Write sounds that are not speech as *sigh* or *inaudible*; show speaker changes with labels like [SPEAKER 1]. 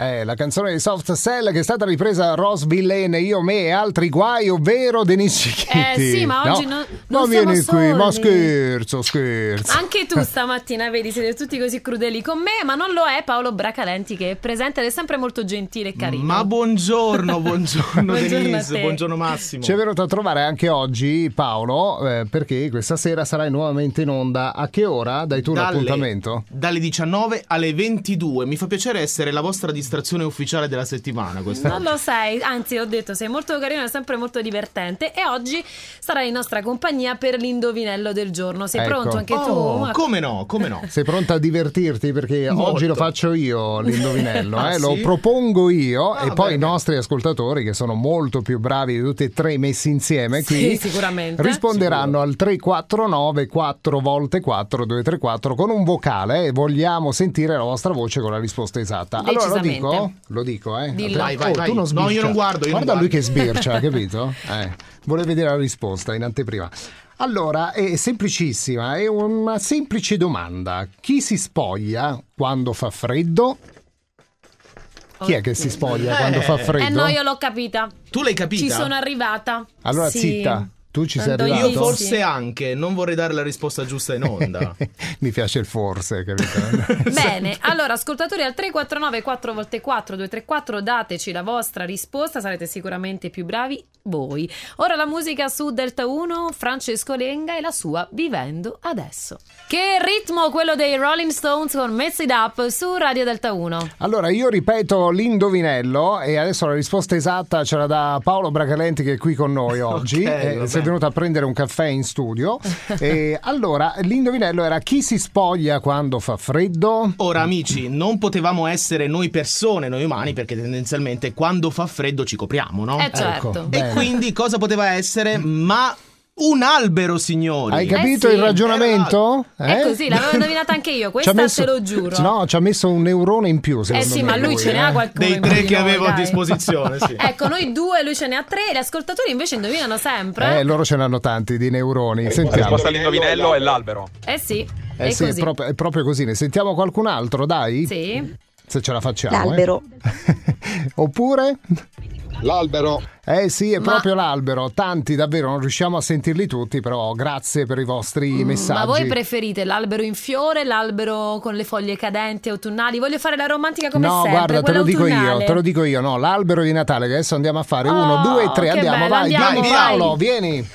[SPEAKER 1] Eh, la canzone di Soft Cell che è stata ripresa a Ross Villene, Io, Me e altri guai, ovvero Denis Cicchetti.
[SPEAKER 2] Eh sì, ma oggi
[SPEAKER 1] no,
[SPEAKER 2] non-
[SPEAKER 1] Ma
[SPEAKER 2] non
[SPEAKER 1] vieni
[SPEAKER 2] siamo
[SPEAKER 1] qui, ma
[SPEAKER 2] soli.
[SPEAKER 1] scherzo, scherzo.
[SPEAKER 2] Anche tu stamattina, vedi, siete tutti così crudeli con me, ma non lo è Paolo Bracalenti che è presente ed è sempre molto gentile e carino.
[SPEAKER 3] Ma
[SPEAKER 2] *laughs*
[SPEAKER 3] buongiorno, buongiorno
[SPEAKER 2] Buongiorno a
[SPEAKER 3] Denise,
[SPEAKER 2] te.
[SPEAKER 3] buongiorno Massimo.
[SPEAKER 1] Ci è venuto a trovare anche oggi Paolo, eh, perché questa sera sarai nuovamente in onda. A che ora? Dai tu un
[SPEAKER 3] Dalle-
[SPEAKER 1] appuntamento?
[SPEAKER 3] Dalle 19 alle 22. Mi fa piacere essere la vostra distrazione ufficiale della settimana questa.
[SPEAKER 2] Non lo sai, anzi ho detto sei molto carino, è sempre molto divertente e oggi sarai in nostra compagnia per l'indovinello del giorno. Sei
[SPEAKER 1] Ecco.
[SPEAKER 2] pronto anche
[SPEAKER 3] Oh,
[SPEAKER 2] tu?
[SPEAKER 3] come no, come no.
[SPEAKER 1] Sei pronta a divertirti? Perché
[SPEAKER 3] Molto.
[SPEAKER 1] oggi lo faccio io l'indovinello,
[SPEAKER 3] Ah,
[SPEAKER 1] eh,
[SPEAKER 3] sì?
[SPEAKER 1] lo propongo io
[SPEAKER 3] Ah,
[SPEAKER 1] e poi
[SPEAKER 3] bene.
[SPEAKER 1] i nostri ascoltatori, che sono molto più bravi di tutti e tre messi insieme,
[SPEAKER 2] Sì,
[SPEAKER 1] qui,
[SPEAKER 2] sicuramente.
[SPEAKER 1] risponderanno al 349 4 volte 4 234 con un vocale eh, e vogliamo sentire la vostra voce con la risposta esatta. Allora lo
[SPEAKER 2] Decisamente.
[SPEAKER 1] dico? Lo dico, eh?
[SPEAKER 2] Dillo.
[SPEAKER 3] Vai, vai,
[SPEAKER 1] Oh,
[SPEAKER 3] vai.
[SPEAKER 1] tu non
[SPEAKER 3] No, io
[SPEAKER 1] sbircia.
[SPEAKER 3] non guardo, io non
[SPEAKER 1] Guarda lui
[SPEAKER 3] guardo.
[SPEAKER 1] che sbircia,
[SPEAKER 3] *laughs*
[SPEAKER 1] capito? Eh, vuole vedere la risposta in anteprima. Allora, è semplicissima, è una semplice domanda. Chi si spoglia quando fa freddo? Chi è che si spoglia quando fa
[SPEAKER 3] Eh,
[SPEAKER 1] freddo?
[SPEAKER 2] Eh no, io l'ho capita.
[SPEAKER 3] Tu l'hai capita?
[SPEAKER 2] Ci sono arrivata.
[SPEAKER 1] Allora
[SPEAKER 2] Sì.
[SPEAKER 1] zitta, tu ci sei
[SPEAKER 2] Andò in
[SPEAKER 1] arrivato?
[SPEAKER 3] Io
[SPEAKER 2] Sì,
[SPEAKER 3] forse
[SPEAKER 2] sì.
[SPEAKER 3] anche, non vorrei dare la risposta giusta in onda.
[SPEAKER 1] *laughs* Mi piace il forse, capito? *laughs*
[SPEAKER 2] *laughs*
[SPEAKER 3] Esatto.
[SPEAKER 2] Bene, allora ascoltatori al 349 4 volte 4 234 dateci la vostra risposta, sarete sicuramente più bravi voi. Ora la musica su Delta 1, Francesco Lenga e la sua Vivendo adesso. Che ritmo quello dei Rolling Stones con Mess It Up su Radio Delta Eh 1.
[SPEAKER 1] Allora, io ripeto l'indovinello e adesso la risposta esatta ce la dà Paolo Bracalenti che è qui con
[SPEAKER 3] *laughs*
[SPEAKER 1] noi oggi.
[SPEAKER 3] Ok,
[SPEAKER 1] Eh,
[SPEAKER 3] va
[SPEAKER 1] sei
[SPEAKER 3] bene.
[SPEAKER 1] venuto a prendere un caffè in studio. E allora, l'indovinello era chi si spoglia quando fa freddo?
[SPEAKER 3] Ora amici, non potevamo essere noi persone, noi umani, perché tendenzialmente quando fa freddo ci copriamo, no?
[SPEAKER 2] Eh, certo.
[SPEAKER 1] Ecco,
[SPEAKER 2] E
[SPEAKER 1] bene.
[SPEAKER 3] E quindi cosa poteva essere? Ma un albero, signori.
[SPEAKER 1] Hai capito
[SPEAKER 2] Eh sì.
[SPEAKER 1] il ragionamento?
[SPEAKER 2] È
[SPEAKER 1] Eh?
[SPEAKER 2] così, l'avevo indovinata anche
[SPEAKER 1] Ci
[SPEAKER 2] io,
[SPEAKER 1] ha
[SPEAKER 2] questa
[SPEAKER 1] messo-
[SPEAKER 2] te lo giuro.
[SPEAKER 1] No, ci ha messo un neurone in più.
[SPEAKER 2] eh
[SPEAKER 1] secondo
[SPEAKER 2] sì,
[SPEAKER 1] me,
[SPEAKER 2] ma lui ce ne
[SPEAKER 1] eh.
[SPEAKER 2] ha qualcuno
[SPEAKER 3] Dei tre che
[SPEAKER 2] immagino,
[SPEAKER 3] avevo a
[SPEAKER 2] dai.
[SPEAKER 3] disposizione, sì.
[SPEAKER 2] Ecco, noi due, lui ce ne ha tre, gli ascoltatori invece indovinano sempre.
[SPEAKER 1] Eh, loro ce n'hanno tanti di neuroni. Sentiamo.
[SPEAKER 4] risposta all'indovinello è l'albero.
[SPEAKER 2] Eh, sì,
[SPEAKER 1] Eh
[SPEAKER 2] è
[SPEAKER 1] sì, è
[SPEAKER 2] così.
[SPEAKER 1] proprio, è proprio così. Ne sentiamo qualcun altro, dai?
[SPEAKER 2] Sì.
[SPEAKER 1] Se ce la facciamo. eh.
[SPEAKER 5] L'albero.
[SPEAKER 1] *laughs* Oppure?
[SPEAKER 6] L'albero.
[SPEAKER 1] Eh sì, è
[SPEAKER 2] Ma-
[SPEAKER 1] proprio l'albero. Tanti davvero, non riusciamo a sentirli tutti, però grazie per i vostri messaggi.
[SPEAKER 2] Mm, Ma voi preferite l'albero in fiore, l'albero con le foglie cadenti autunnali? Voglio fare la romantica come
[SPEAKER 1] no,
[SPEAKER 2] sempre.
[SPEAKER 1] guarda, te
[SPEAKER 2] quella
[SPEAKER 1] lo dico io,
[SPEAKER 2] autunnale.
[SPEAKER 1] te lo dico io, no, l'albero di Natale che adesso andiamo a fare
[SPEAKER 2] Oh,
[SPEAKER 1] uno, due, tre,
[SPEAKER 2] che
[SPEAKER 1] andiamo,
[SPEAKER 2] bello,
[SPEAKER 1] vai,
[SPEAKER 2] andiamo,
[SPEAKER 1] vai,
[SPEAKER 2] vai.
[SPEAKER 1] Paolo, vieni.